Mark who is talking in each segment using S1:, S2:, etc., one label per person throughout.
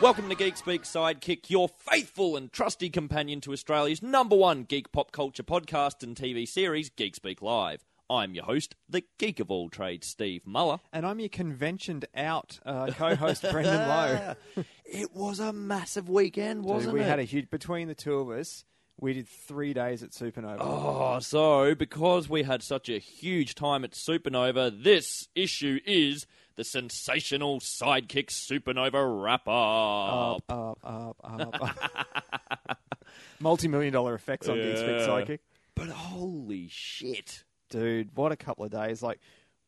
S1: Welcome to Geek Speak Sidekick, your faithful and trusty companion to Australia's number one geek pop culture podcast and TV series, Geek Speak Live. I'm your host, the geek of all trades, Steve Muller.
S2: And I'm your conventioned out uh, co-host Brendan Lowe.
S1: It was a massive weekend, wasn't
S2: we
S1: it?
S2: had a huge between the two of us. We did three days at Supernova.
S1: Oh, so because we had such a huge time at Supernova, this issue is the sensational sidekick Supernova wrap up.
S2: Up, up, up. Multi-million dollar effects on yeah. Geekspeak
S1: Yeah.
S2: Psychic.
S1: But holy shit.
S2: Dude, what a couple of days. Like,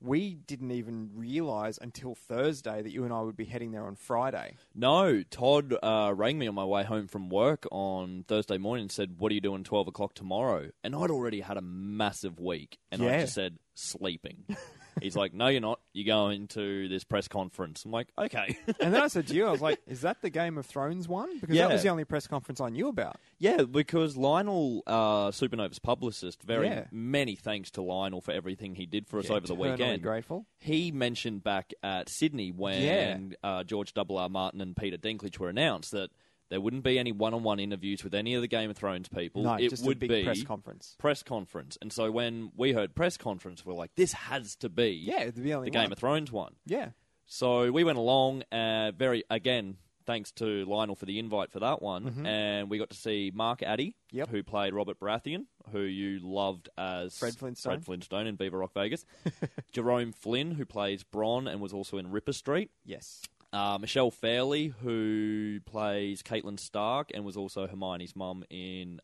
S2: we didn't even realise until Thursday that you and I would be heading there on Friday.
S1: No, Todd uh, rang me on my way home from work on Thursday morning and said, What are you doing 12 o'clock tomorrow? And I'd already had a massive week. And I
S2: Yeah.
S1: just said, Sleeping. He's like, No, you're not. You're going to this press conference. I'm like, Okay.
S2: And then I said to you, I was like, is that the Game of Thrones one? Because
S1: Yeah.
S2: that was the only press conference I knew about.
S1: Yeah, because Lionel, uh, Supernova's publicist, very
S2: Yeah.
S1: many thanks to Lionel for everything he did for us
S2: Yeah,
S1: over the
S2: eternally
S1: weekend.
S2: grateful.
S1: He mentioned back at Sydney when uh, George Double R Martin and Peter Dinklage were announced that there wouldn't be any one-on-one interviews with any of the Game of Thrones people.
S2: No,
S1: it
S2: just
S1: would
S2: a big
S1: be
S2: press conference.
S1: press conference. And so when we heard press conference, we're like, this has to be
S2: Yeah, it'd be the only
S1: the Game
S2: one.
S1: of Thrones one.
S2: Yeah.
S1: So we went along, uh, very again, thanks to Lionel for the invite for that one, and we got to see Mark Addy,
S2: Mm-hmm. Yep.
S1: who played Robert Baratheon, who you loved as
S2: Fred Flintstone.
S1: Fred Flintstone in Beaver Rock, Vegas. Jerome Flynn, who plays Bron and was also in Ripper Street.
S2: Yes.
S1: Uh, Michelle Fairley, who plays Caitlin Stark and was also Hermione's mum in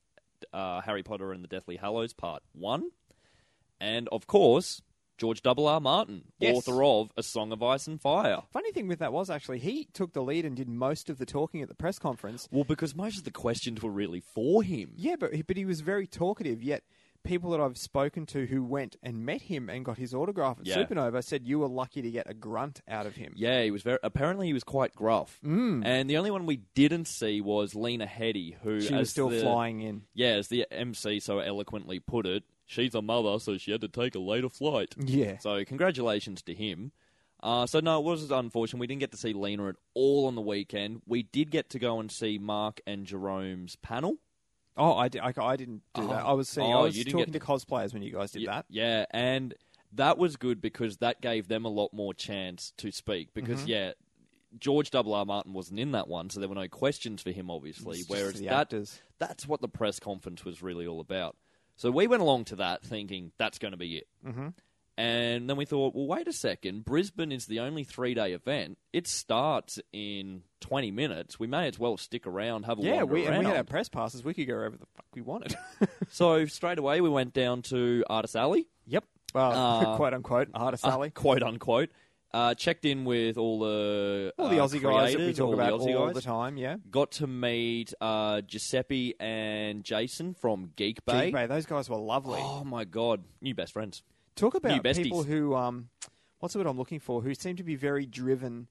S1: uh, Harry Potter and the Deathly Hallows Part 1. And, of course, George Double R. Martin,
S2: Yes.
S1: author of A Song of Ice and Fire.
S2: Funny thing with that was actually he took the lead and did most of the talking at the press conference.
S1: Well, because most of the questions were really for him.
S2: Yeah, but he, but he was very talkative. Yet people that I've spoken to who went and met him and got his autograph at
S1: Yeah.
S2: Supernova said you were lucky to get a grunt out of him.
S1: Yeah, he was very. Apparently, he was quite gruff. Mm. And the only one we didn't see was Lena Headey, who
S2: she
S1: as
S2: was still
S1: the-
S2: flying in.
S1: Yeah, as the MC so eloquently put it, she's a mother, so she had to take a later flight.
S2: Yeah.
S1: So congratulations to him. Uh, so no, it was unfortunate. We didn't get to see Lena at all on the weekend. We did get to go and see Mark and Jerome's panel.
S2: Oh, I, di- I, I didn't do that. I was seeing.
S1: Oh,
S2: I was
S1: you didn't
S2: talking
S1: get-
S2: to cosplayers when you guys did
S1: Ye-
S2: that.
S1: Yeah, and that was good because that gave them a lot more chance to speak. Because
S2: Mm-hmm.
S1: yeah, George Double R Martin wasn't in that one, so there were no questions for him, obviously.
S2: It's just
S1: Whereas
S2: the
S1: that
S2: actors.
S1: that's what the press conference was really all about. So we went along to that thinking that's going to be it.
S2: Mhm.
S1: And then we thought, well, wait a second. Brisbane is the only three day event. It starts in 20 minutes. We may as well stick around, have a
S2: Yeah,
S1: wander
S2: we,
S1: around.
S2: and we had our press passes. We could go wherever the fuck we wanted.
S1: so straight away, we went down to Artist Alley.
S2: yep. Well,
S1: Uh,
S2: quote unquote, artist alley.
S1: Uh, quote unquote. Uh, checked in with all the
S2: all the
S1: uh,
S2: Aussie guys that we
S1: creators,
S2: talk
S1: all
S2: about
S1: the Aussie
S2: all
S1: guys.
S2: the time. Yeah.
S1: Got to meet uh, Giuseppe and Jason from Geek Bay.
S2: Geek Bay, Those guys were lovely.
S1: Oh my god, new best friends.
S2: Talk
S1: New
S2: about
S1: besties.
S2: people who um, what's the word I'm looking for? Who seem to be very driven,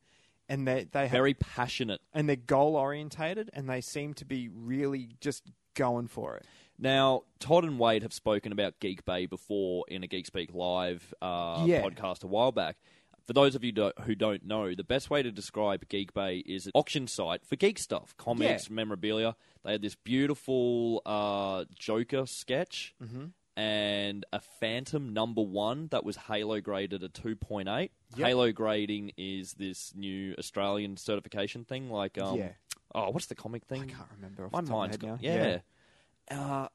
S2: and they they have,
S1: Very passionate.
S2: and they're goal orientated, and they seem to be really just going for it.
S1: Now, Todd and Wade have spoken about Geek Bay before in a Geek Speak Live uh,
S2: Yeah.
S1: podcast a while back. For those of you do- who don't know, the best way to describe Geek Bay is an auction site for geek stuff, comics, memorabilia. They had this beautiful uh, Joker sketch
S2: Mm-hmm.
S1: and a Phantom number one that was Halo graded a 2.8.
S2: Yep.
S1: Halo grading is this new Australian certification thing, like, um,
S2: Yeah.
S1: oh, what's the comic thing?
S2: I can't remember. Off
S1: My
S2: the top
S1: mind's
S2: of my
S1: gone.
S2: head now.
S1: Yeah. Uh,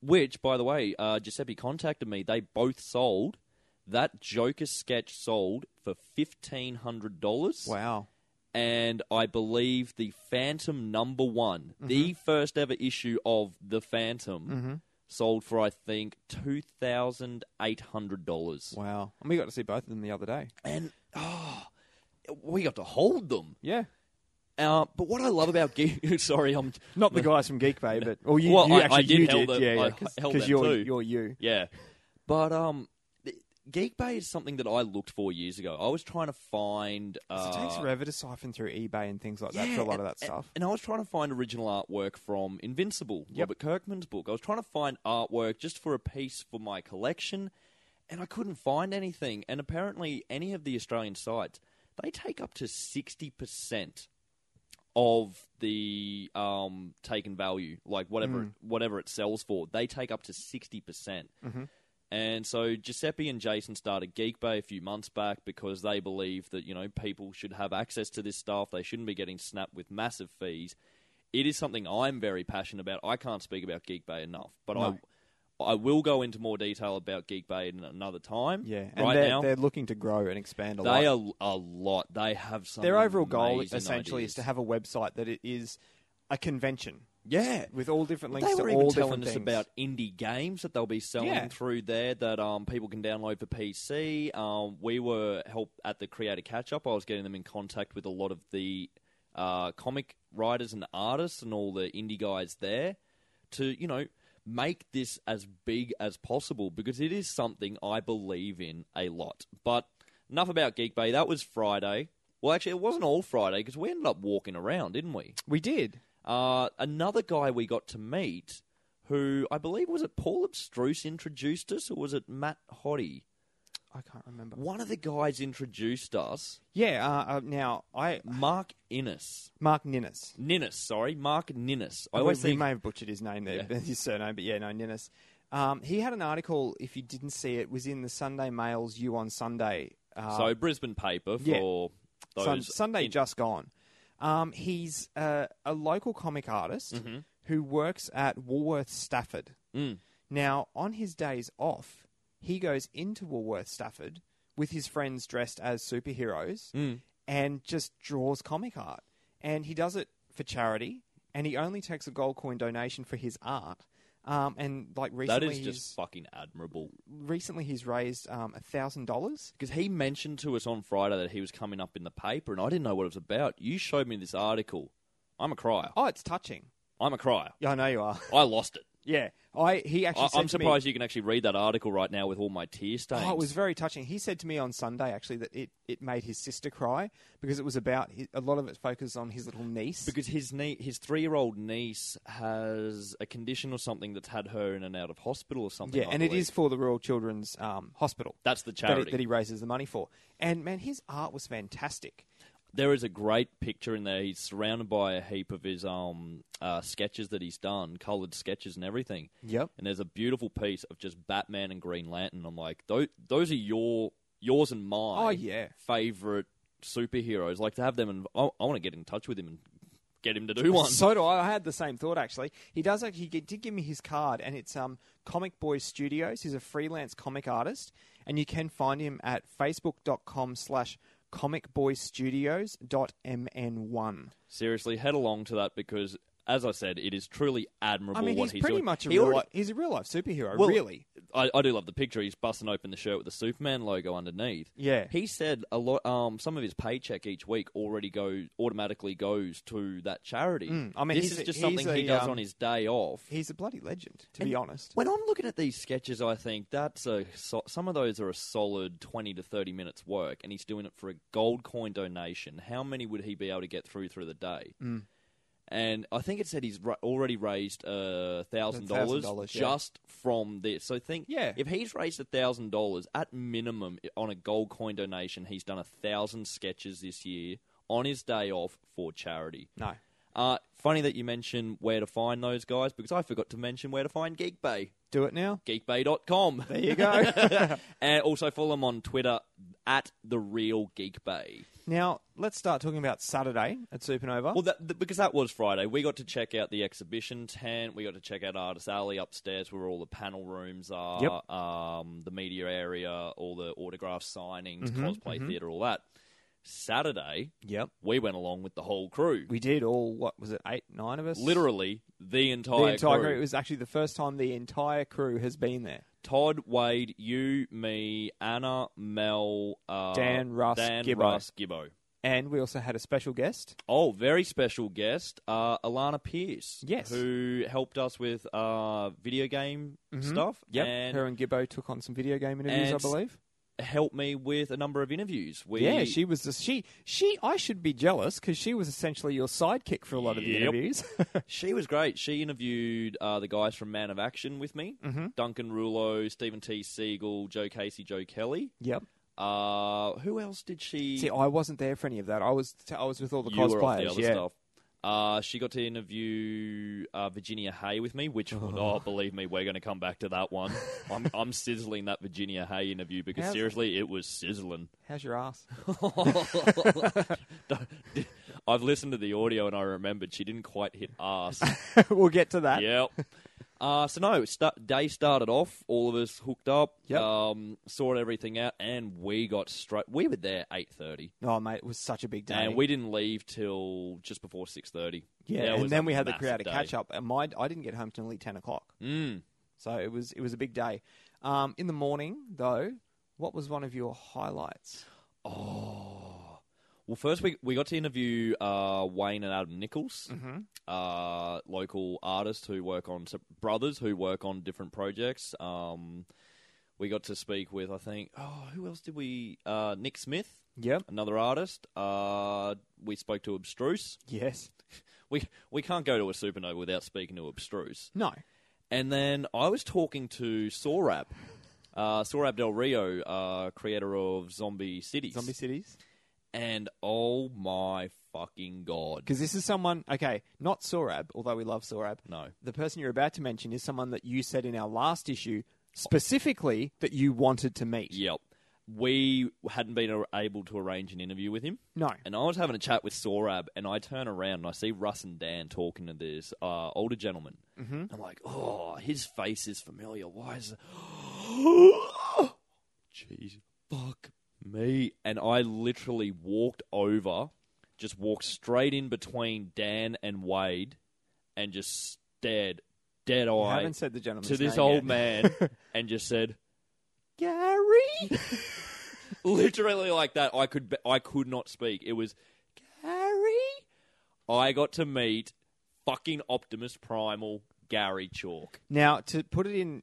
S1: which, by the way, uh, Giuseppe contacted me. They both sold. That Joker sketch sold for fifteen hundred dollars,
S2: Wow.
S1: and I believe the Phantom number one,
S2: Mm-hmm.
S1: the first ever issue of the Phantom, sold for I think two thousand eight hundred dollars.
S2: Wow. And we got to see both of them the other day.
S1: And oh, we got to hold them.
S2: Yeah.
S1: Uh, but what I love about Geek, sorry, I'm
S2: Not the guys from Geek Bay, but well, you,
S1: Well,
S2: you
S1: I- I
S2: actually
S1: did
S2: you
S1: held
S2: did,
S1: them-
S2: yeah,
S1: I
S2: yeah,
S1: held them
S2: you're
S1: too.
S2: you're you.
S1: Yeah. But um th- Geek Bay is something that I looked for years ago. I was trying to find uh,
S2: 'Cause it takes forever to siphon through eBay and things like that
S1: yeah,
S2: for a lot of
S1: and-
S2: that stuff.
S1: And I was trying to find original artwork from Invincible,
S2: Yep.
S1: Robert Kirkman's book. I was trying to find artwork just for a piece for my collection, and I couldn't find anything. And apparently, any of the Australian sites, they take up to 60% of the um, taken value, like whatever
S2: Mm.
S1: whatever it sells for. They take up to sixty percent.
S2: Mhm.
S1: And so Giuseppe and Jason started Geek Bay a few months back because they believe that you know people should have access to this stuff. They shouldn't be getting snapped with massive fees. It is something I'm very passionate about. I can't speak about Geek Bay enough, but
S2: No.
S1: I I will go into more detail about Geek Bay in another time.
S2: Yeah, and
S1: right
S2: they're,
S1: now
S2: they're looking to grow and expand a lot.
S1: they are a lot. They have some.
S2: Their overall goal
S1: amazing
S2: essentially
S1: ideas.
S2: is to have a website that it is a convention
S1: yeah.
S2: with all different links
S1: They
S2: to
S1: were
S2: all
S1: even
S2: different
S1: telling us
S2: things.
S1: about indie games that they'll be selling
S2: Yeah.
S1: through there that um, people can download for PC. Um, we were help at the Creator Catch Up. I was getting them in contact with a lot of the uh, comic writers and artists and all the indie guys there to you know make this as big as possible because it is something I believe in a lot. But enough about Geek Bay. That was Friday. Well, actually, it wasn't all Friday because we ended up walking around, didn't we?
S2: we did.
S1: Uh, another guy we got to meet, who I believe was it Paul Abstruse introduced us, or was it Matt Hoddy?
S2: I can't remember.
S1: One of the guys introduced us,
S2: Yeah. Uh, uh, now I
S1: Mark Innes.
S2: Mark Ninnis.
S1: Ninnis, sorry, Mark Ninnis. I
S2: We-
S1: always
S2: we
S1: think
S2: may have butchered his name there,
S1: Yeah.
S2: his surname, but yeah, no, Ninnis. Um, he had an article. If you didn't see it, was in the Sunday Mail's "You on Sunday." Uh,
S1: so. Brisbane paper
S2: yeah.
S1: for
S2: Sun-
S1: those
S2: Sunday
S1: in-
S2: just gone. Um, he's uh, a local comic artist who works at Woolworth Stafford.
S1: Mm-hmm. Mm.
S2: Now, on his days off, he goes into Woolworth Stafford with his friends dressed as superheroes
S1: Mm.
S2: and just draws comic art. And he does it for charity, and he only takes a gold coin donation for his art. Um, and like
S1: That
S2: recently,
S1: is
S2: he's,
S1: just fucking admirable.
S2: recently he's raised um thousand dollars.
S1: Because he mentioned to us on Friday that he was coming up in the paper, and I didn't know what it was about. You showed me this article. I'm a crier.
S2: Oh, it's touching.
S1: I'm a crier.
S2: Yeah, I know you are.
S1: I lost it.
S2: Yeah, I he actually.
S1: I,
S2: said
S1: I'm
S2: to me-
S1: surprised you can actually read that article right now with all my tear stains.
S2: Oh, it was very touching. He said to me on Sunday actually that it, it made his sister cry because it was about hi a lot of it focused on his little niece.
S1: because his nie- his three year old niece has a condition or something that's had her in and out of hospital or something.
S2: yeah,
S1: I
S2: and it
S1: believe.
S2: is for the Royal Children's um, Hospital
S1: that's the
S2: that,
S1: charity.
S2: it, that he raises the money for. And man, his art was fantastic.
S1: there is a great picture in there. He's surrounded by a heap of his um uh, sketches that he's done, coloured sketches and everything.
S2: Yep.
S1: And there's a beautiful piece of just Batman and Green Lantern. I'm like, those those are your yours and mine.
S2: Oh yeah.
S1: favorite superheroes. Like to have them, and I, I want to get in touch with him and get him to do one.
S2: So do I. I had the same thought actually. He does actually. He did give me his card, and it's um Comic Boy Studios. He's a freelance comic artist, and you can find him at facebook.com slash comicboystudios.mn1.
S1: Seriously, head along to that because, as I said, it is truly admirable
S2: I mean,
S1: what
S2: he's,
S1: he's
S2: pretty
S1: doing.
S2: much a
S1: He
S2: real
S1: already-
S2: life, he's a real life superhero,
S1: Well-
S2: really.
S1: I, I do love the picture. He's busting open the shirt with the Superman logo underneath.
S2: Yeah.
S1: He said a lot. Um, some of his paycheck each week already goes automatically goes to that charity.
S2: Mm, I mean,
S1: this
S2: he's
S1: is
S2: a-
S1: just
S2: he's
S1: something he
S2: a,
S1: does
S2: um,
S1: on his day off.
S2: He's a bloody legend, to
S1: And-
S2: be honest.
S1: When I'm looking at these sketches, I think that's a so, some of those are a solid twenty to thirty minutes work, and he's doing it for a gold coin donation. How many would he be able to get through through the day?
S2: Mm.
S1: And I think it said he's ra- already raised a thousand dollars
S2: $1,000, yeah.
S1: just from this. So think,
S2: Yeah.
S1: if he's raised a thousand dollars at minimum i- on a gold coin donation, he's done a thousand sketches this year on his day off for charity.
S2: No.
S1: Uh, funny that you mention where to find those guys because I forgot to mention where to find Geek Bay
S2: Do it now.
S1: geekbay.com.
S2: There you go.
S1: and also follow them on Twitter at the real Geek Bay.
S2: Now, let's start talking about Saturday at Supernova.
S1: Well, that, th- because that was Friday, we got to check out the exhibition tent. We got to check out Artist Alley upstairs, where all the panel rooms are,
S2: Yep.
S1: um, the media area, all the autograph signings,
S2: Mhm,
S1: cosplay
S2: mhm.
S1: theater, all that. Saturday,
S2: yep.
S1: we went along with the whole crew.
S2: We did all, what was it, eight, nine of us?
S1: Literally the
S2: The
S1: entire,
S2: entire
S1: crew.
S2: It was actually the first time the entire crew has been there.
S1: Todd, Wade, you, me, Anna, Mel, uh,
S2: Dan, Russ,
S1: Dan,
S2: Gibbo.
S1: Russ, Gibbo.
S2: And we also had a special guest.
S1: Oh, very special guest, uh, Alana Pierce.
S2: Yes.
S1: Who helped us with uh, video game
S2: Mhm.
S1: stuff.
S2: And
S1: And
S2: Her and Gibbo took on some video game interviews, I
S1: And-
S2: believe.
S1: helped me with a number of interviews. We,
S2: yeah, she was just, she, she, I should be jealous because she was essentially your sidekick for a lot of the
S1: Yep.
S2: interviews.
S1: she was great. She interviewed uh, the guys from Man of Action with me
S2: mm-hmm.
S1: Duncan Rulo, Stephen T. Siegel, Joe Casey, Joe Kelly.
S2: Yep.
S1: Uh, who else did she.
S2: See, I wasn't there for any of that. I was t- I was with all the
S1: you were off
S2: cosplayers.
S1: the other
S2: yeah.
S1: stuff. Uh, she got to interview uh, Virginia Hay with me, which, oh, believe me, we're going to come back to that one. I'm, I'm sizzling that Virginia Hay interview because
S2: How's-
S1: seriously, it was sizzling.
S2: How's your ass?
S1: I've listened to the audio and I remembered she didn't quite hit ass.
S2: we'll get to that.
S1: yep. Uh, so no, st- day started off. All of us hooked up.
S2: Yep.
S1: Um, sorted everything out, and we got straight. We were there eight thirty,
S2: Oh, mate, it was such a big day.
S1: and we didn't leave till just before six thirty.
S2: yeah, and then we had the creator catch up, and my I didn't get home till nearly ten o'clock.
S1: Mm.
S2: So it was it was a big day. Um, in the morning, though, what was one of your highlights?
S1: Oh. Well, first we we got to interview uh, Wayne and Adam Nichols,
S2: Mm-hmm.
S1: uh, local artists who work on so brothers who work on different projects. Um, we got to speak with I think oh who else did we uh, Nick Smith
S2: Yep.
S1: another artist. Uh, we spoke to Abstruse.
S2: Yes.
S1: We we can't go to a supernova without speaking to Abstruse.
S2: No.
S1: And then I was talking to Sorab, uh, Sorab Del Rio, uh, creator of Zombie Cities.
S2: Zombie cities.
S1: and oh my fucking god!
S2: Because this is someone. Okay, not Sorab, although we love Sorab.
S1: No,
S2: The person you're about to mention is someone that you said in our last issue specifically that you wanted to meet.
S1: yep. We hadn't been a- able to arrange an interview with him,
S2: No.
S1: and I was having a chat with Sorab, and I turn around and I see Russ and Dan talking to this uh, older gentleman.
S2: Mm-hmm.
S1: I'm like, oh, his face is familiar. Why is it? Jeez, fuck me. And I literally walked over, just walked straight in between Dan and Wade, and just stared dead
S2: I
S1: eye
S2: haven't said the gentleman's
S1: to this
S2: name
S1: old
S2: yet.
S1: man and just said,
S2: Gary.
S1: literally like that. I could, I could not speak. It was Gary. I got to meet fucking Optimus Primal Gary Chalk.
S2: Now, to put it in,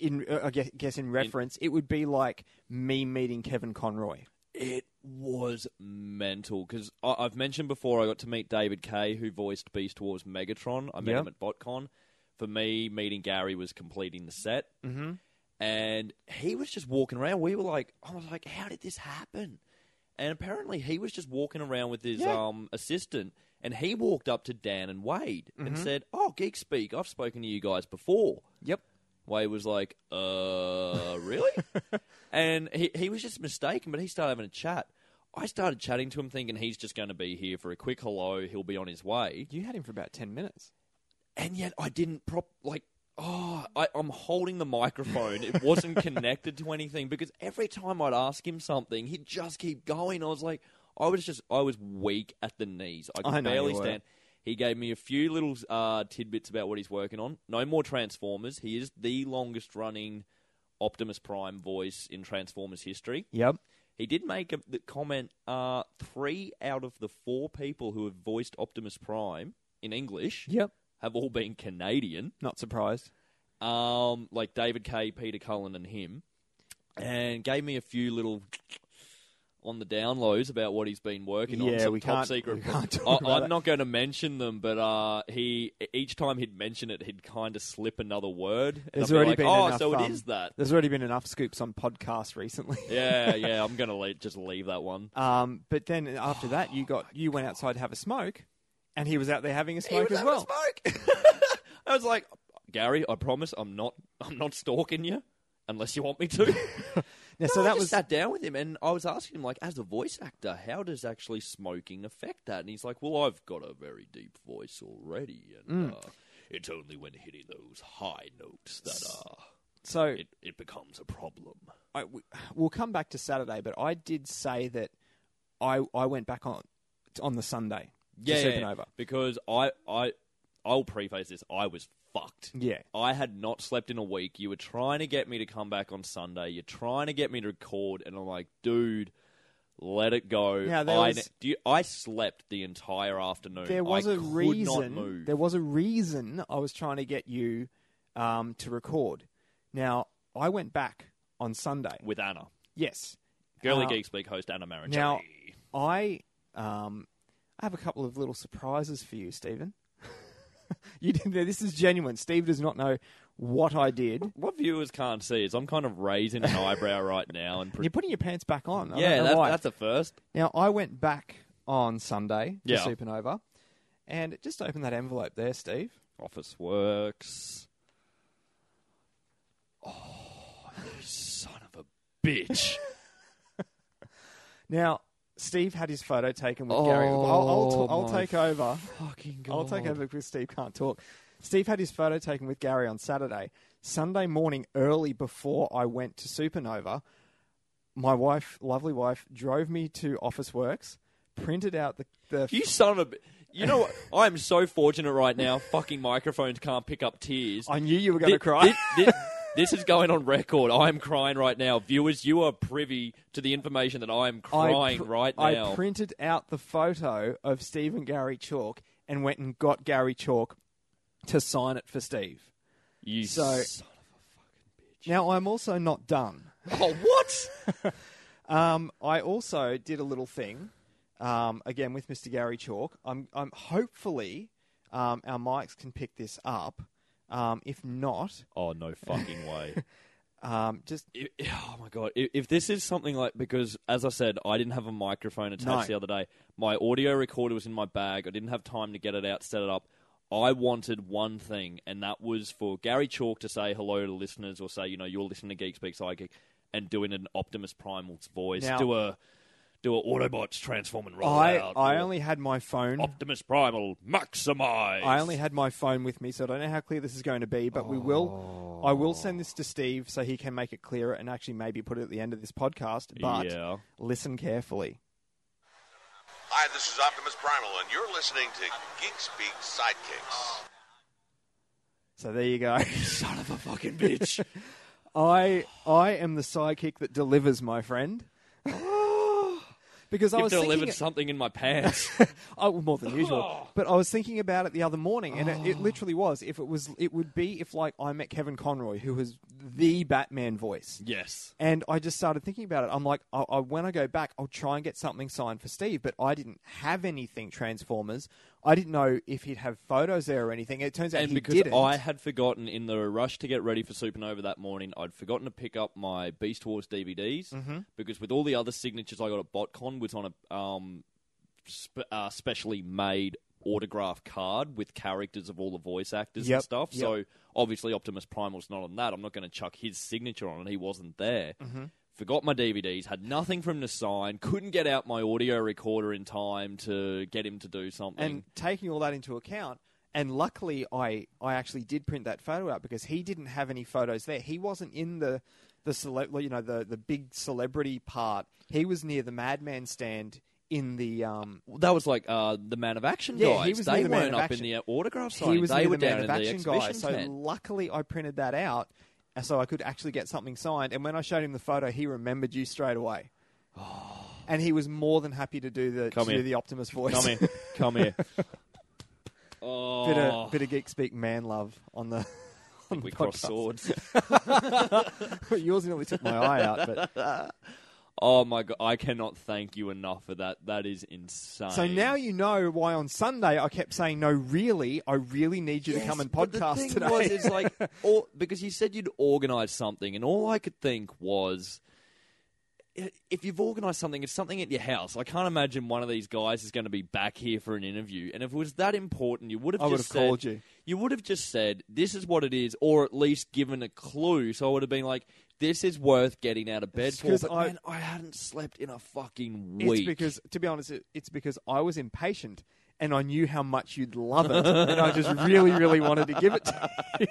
S2: in uh, I guess, guess in reference, it would be like me meeting Kevin Conroy.
S1: It was mental because I've mentioned before I got to meet David Kay, who voiced Beast Wars Megatron. I met
S2: Yeah.
S1: him at BotCon. For me, meeting Gary was completing the set,
S2: Mm-hmm.
S1: and he was just walking around. We were like, I was like, how did this happen? And apparently, he was just walking around with his
S2: Yeah.
S1: um, assistant, and he walked up to Dan and Wade and
S2: Mhm.
S1: said, "Oh, Geek Speak, I've spoken to you guys before."
S2: Yep.
S1: Wade was like, uh, really? and he, he was just mistaken, but he started having a chat. I started chatting to him thinking he's just going to be here for a quick hello, he'll be on his way.
S2: You had him for about 10 minutes.
S1: And yet I didn't prop, like, oh, I, I'm holding the microphone. It wasn't connected to anything because every time I'd ask him something, he'd just keep going. I was like, I was just, I was weak at the knees. I could
S2: I know you
S1: barely
S2: were.
S1: stand. He gave me a few little uh, tidbits about what he's working on. No more Transformers. He is the longest running Optimus Prime voice in Transformers history.
S2: Yep.
S1: He did make a, the comment uh, three out of the four people who have voiced Optimus Prime in English
S2: Yep.
S1: have all been Canadian,
S2: Not surprised.
S1: um, like David Kay, Peter Cullen, and him, and gave me a few little on the downlows about what he's been working on.
S2: Yeah,
S1: some
S2: we
S1: top
S2: can't-
S1: secret.
S2: we can't
S1: pro-
S2: talk
S1: I,
S2: about
S1: I'm
S2: that.
S1: not going to mention them, but uh, he each time he'd mention it, he'd kind of slip another word. And
S2: There's
S1: I'd be
S2: already
S1: like,
S2: been
S1: oh,
S2: enough,
S1: so it
S2: um,
S1: is that.
S2: There's already been enough scoops on podcasts recently.
S1: yeah, yeah. I'm going to le- just leave that one.
S2: Um, but then after that, you got you went outside to have a smoke, and he was out there having a
S1: He
S2: smoke
S1: was
S2: as
S1: having a
S2: well.
S1: smoke. I was like, Gary, I promise, I'm not, I'm not stalking you, unless you want me to.
S2: Now,
S1: No,
S2: so
S1: I
S2: that
S1: just
S2: was
S1: sat down with him, and I was asking him, like, as a voice actor, how does actually smoking affect that? And he's like, well, I've got a very deep voice already,
S2: Hmm.
S1: and uh, it's only when hitting those high notes that uh,
S2: so.
S1: it it becomes a problem.
S2: I, we- we'll come back to Saturday, but I did say that I I went back on on the Sunday. to Supernova.
S1: because I I I'll preface this, I was fucked.
S2: Yeah.
S1: I had not slept in a week. You were trying to get me to come back on Sunday. You're trying to get me to record, and I'm like, dude, let it go.
S2: Yeah, there
S1: I,
S2: was-
S1: ne- do you, I slept the entire afternoon.
S2: There was
S1: I
S2: a
S1: could Not
S2: reason.
S1: move.
S2: There was a reason I was trying to get you um, to record. Now I went back on Sunday.
S1: with Anna,
S2: Yes,
S1: Girly
S2: Uh,
S1: Geek Speak host Anna Marinelli.
S2: now- I um, I have a couple of little surprises for you, Stephen. you didn't. This is genuine. Steve does not know what I did.
S1: what viewers can't see is I'm kind of raising an eyebrow right now, and pre-
S2: You're putting your pants back on. I don't
S1: yeah,
S2: know
S1: that,
S2: why.
S1: that's a first.
S2: Now I went back on Sunday to
S1: Yeah.
S2: Supernova, And just open that envelope there, Steve.
S1: Office Works. Oh, you son of a bitch.
S2: Now, Steve had his photo taken with Gary. I'll, I'll,
S1: Oh,
S2: t- I'll
S1: my
S2: take over.
S1: Fucking
S2: I'll take over because Steve can't talk. Steve had his photo taken with Gary on Saturday. Sunday morning, early before I went to Supernova, my wife, lovely wife, drove me to Office Works, printed out the. the
S1: You son of a. bi- You know what? I'm so fortunate right now. Fucking microphones can't pick up tears.
S2: I knew you were going to
S1: Thi-
S2: cry.
S1: thi- thi- This, is going on record. I am crying right now. Viewers, you are privy to the information that I am
S2: I
S1: crying
S2: pr-
S1: right now.
S2: I printed out the photo of Steve and Gary Chalk and went and got Gary Chalk to sign it for Steve.
S1: you
S2: so-
S1: son
S2: Now, I'm also not done.
S1: of a. Oh, what?
S2: Um, I also did a little thing, um, again with Mr. Gary Chalk. I'm, I'm hopefully um, our mics can pick this up. Um, if not,
S1: oh, no fucking way.
S2: um, just
S1: If- oh my god! If, if this is something like because, as I said, I didn't have a microphone attached
S2: No.
S1: the other day. My audio recorder was in my bag. I didn't have time to get it out, set it up. I wanted one thing, and that was for Gary Chalk to say hello to listeners, or say, you know, you're listening to Geek Speak Psychic, and doing an Optimus Primal's voice.
S2: Now-
S1: do a do a Autobots transform and roll
S2: I,
S1: out.
S2: I
S1: or
S2: only had my phone.
S1: Optimus Primal maximize.
S2: I only had my phone with me, so I don't know how clear this is going to be, but we will. I will send this to Steve so he can make it clearer and actually maybe put it at the end of this podcast. But
S1: yeah.
S2: listen carefully.
S3: Hi, this is Optimus Primal, and you're listening to Geek Speak Sidekicks.
S2: So there you go.
S1: Son of a fucking bitch.
S2: I I am the sidekick that delivers, my friend. because I
S1: You've
S2: was
S1: delivered
S2: thinking,
S1: something in my pants.
S2: oh, well, more than usual. But I was thinking about it the other morning, and it, it literally was. If it was, it would be if like I met Kevin Conroy, who was the Batman voice.
S1: yes.
S2: And I just started thinking about it. I'm like, I, I, when I go back, I'll try and get something signed for Steve, but I didn't have anything Transformers. I didn't know if he'd have photos there or anything. It turns out
S1: and
S2: he
S1: because
S2: didn't.
S1: I had forgotten in the rush to get ready for Supernova that morning, I'd forgotten to pick up my Beast Wars DVDs
S2: Mm-hmm.
S1: because with all the other signatures I got at BotCon was on a um, sp- uh, specially made autograph card with characters of all the voice actors
S2: Yep,
S1: and stuff. So obviously Optimus Primal's not on that. I'm not going to chuck his signature on it. He wasn't there.
S2: Mm-hmm.
S1: Forgot my DVDs, had nothing from him to sign, couldn't get out my audio recorder in time to get him to do something.
S2: and taking all that into account and luckily i i actually did print that photo out because he didn't have any photos there he wasn't in the the cele- you know the the big celebrity part he was near the madman stand in the um
S1: That was like uh, the Man of Action
S2: Yeah,
S1: guys.
S2: he was
S1: they
S2: near the Man
S1: weren't
S2: of
S1: up
S2: Action.
S1: in the uh, autograph signing.
S2: he was
S1: they
S2: near
S1: were
S2: the man
S1: down
S2: of
S1: in the
S2: action guy
S1: exhibition
S2: so
S1: tent.
S2: luckily i printed that out and so i could actually get something signed and when i showed him the photo he remembered you straight away and he was more than happy to do the
S1: Oh. Come
S2: to
S1: here.
S2: do the optimus voice
S1: Come here, come here.
S2: bit
S1: oh,
S2: of bit of geek speak man love on the on
S1: we
S2: the
S1: cross
S2: podcast.
S1: swords.
S2: Yours nearly took my eye out. But
S1: Oh my god, I cannot thank you enough for that. That is insane.
S2: so now you know why on Sunday I kept saying, "No, really, I really need you to come and
S1: But
S2: podcast
S1: the thing
S2: today."
S1: Was, is like all, because you said you'd organise something, and all I could think was. i- If you've organised something, it's something at your house. I can't imagine one of these guys is going to be back here for an interview. And if it was that important, you would have
S2: I would
S1: just
S2: have called
S1: said-
S2: you.
S1: You would have just said, "This is what it is," or at least given a clue. So I would have been like, "This is worth getting out of bed
S2: It's
S1: for."
S2: 'cause
S1: But
S2: I-
S1: I, man, I hadn't slept in a fucking
S2: it's
S1: week.
S2: because, to be honest, it, it's because I was impatient and I knew how much you'd love it, and I just really, really wanted to give it to you.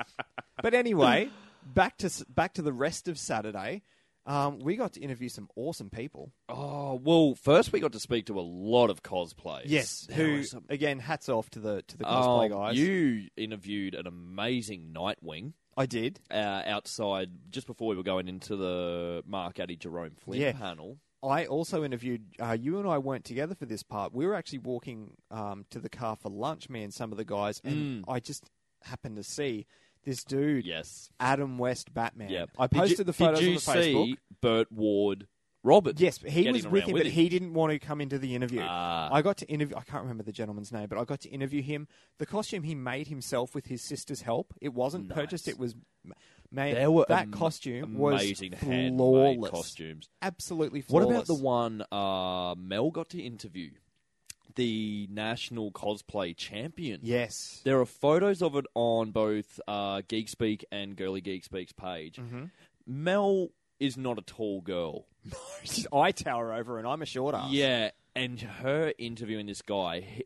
S2: but anyway, back to s- back to the rest of Saturday. Um, we got to interview some awesome people.
S1: oh well, first we got to speak to a lot of cosplays. There
S2: who
S1: were some
S2: again, hats off to the to the
S1: Um,
S2: cosplay guys.
S1: You interviewed an amazing Nightwing
S2: I did.
S1: uh, outside just before we were going into the Mark Addy Jerome Flynn
S2: Yeah.
S1: panel.
S2: I also interviewed uh, you and I weren't together for this part. We were actually walking um, to the car for lunch, me and some of the guys,
S1: Mm.
S2: and I just happened to see this dude,
S1: Yes.
S2: Adam West Batman.
S1: Yeah.
S2: I
S1: Did you-
S2: posted the photos
S1: Did
S2: on
S1: you
S2: the Facebook.
S1: see Burt Ward Roberts?
S2: Yes, but he
S1: getting
S2: was
S1: around
S2: with him,
S1: with
S2: but
S1: him?
S2: he didn't want to come into the interview.
S1: Ah.
S2: I got to interview. I can't remember the gentleman's name, but I got to interview him. The costume he made himself with his sister's help. It wasn't purchased. It was ma- made.
S1: There were
S2: that
S1: am-
S2: costume
S1: amazing
S2: was
S1: handmade
S2: flawless.
S1: costumes.
S2: Absolutely
S1: What
S2: flawless.
S1: about the one uh, Mel got to interview? the national cosplay champion.
S2: Yes.
S1: There are photos of it on both uh, Geek Speak and Girly Geek Speak's page.
S2: Mm-hmm.
S1: Mel is not a tall girl.
S2: I tower over and I'm a short ass.
S1: Yeah, and her interviewing this guy. he-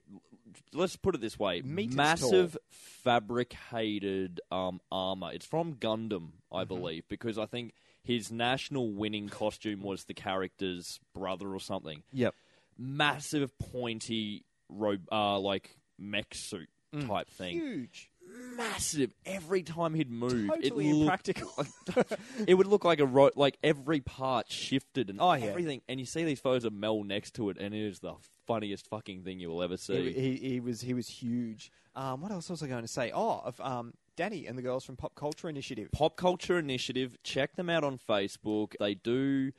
S1: let's put it this way:
S2: Meters
S1: massive fabricated um, armor. It's from Gundam, I
S2: Mm-hmm.
S1: believe, because I think his national winning costume was the character's brother or something.
S2: Yep.
S1: Massive pointy robe, uh, like mech suit type thing.
S2: Mm. Huge.
S1: Massive. Every time he'd move, it
S2: Totally
S1: looked
S2: impractical.
S1: it would look like a ro- like every part shifted and
S2: Oh, yeah.
S1: everything. And you see these photos of Mel next to it, and it is the funniest fucking thing you will ever
S2: he,
S1: see.
S2: he, he was he was huge. Um, what else was I going to say? Oh, of um, Danny and the girls from Pop Culture Initiative.
S1: Pop Culture Initiative, check them out on Facebook. They do.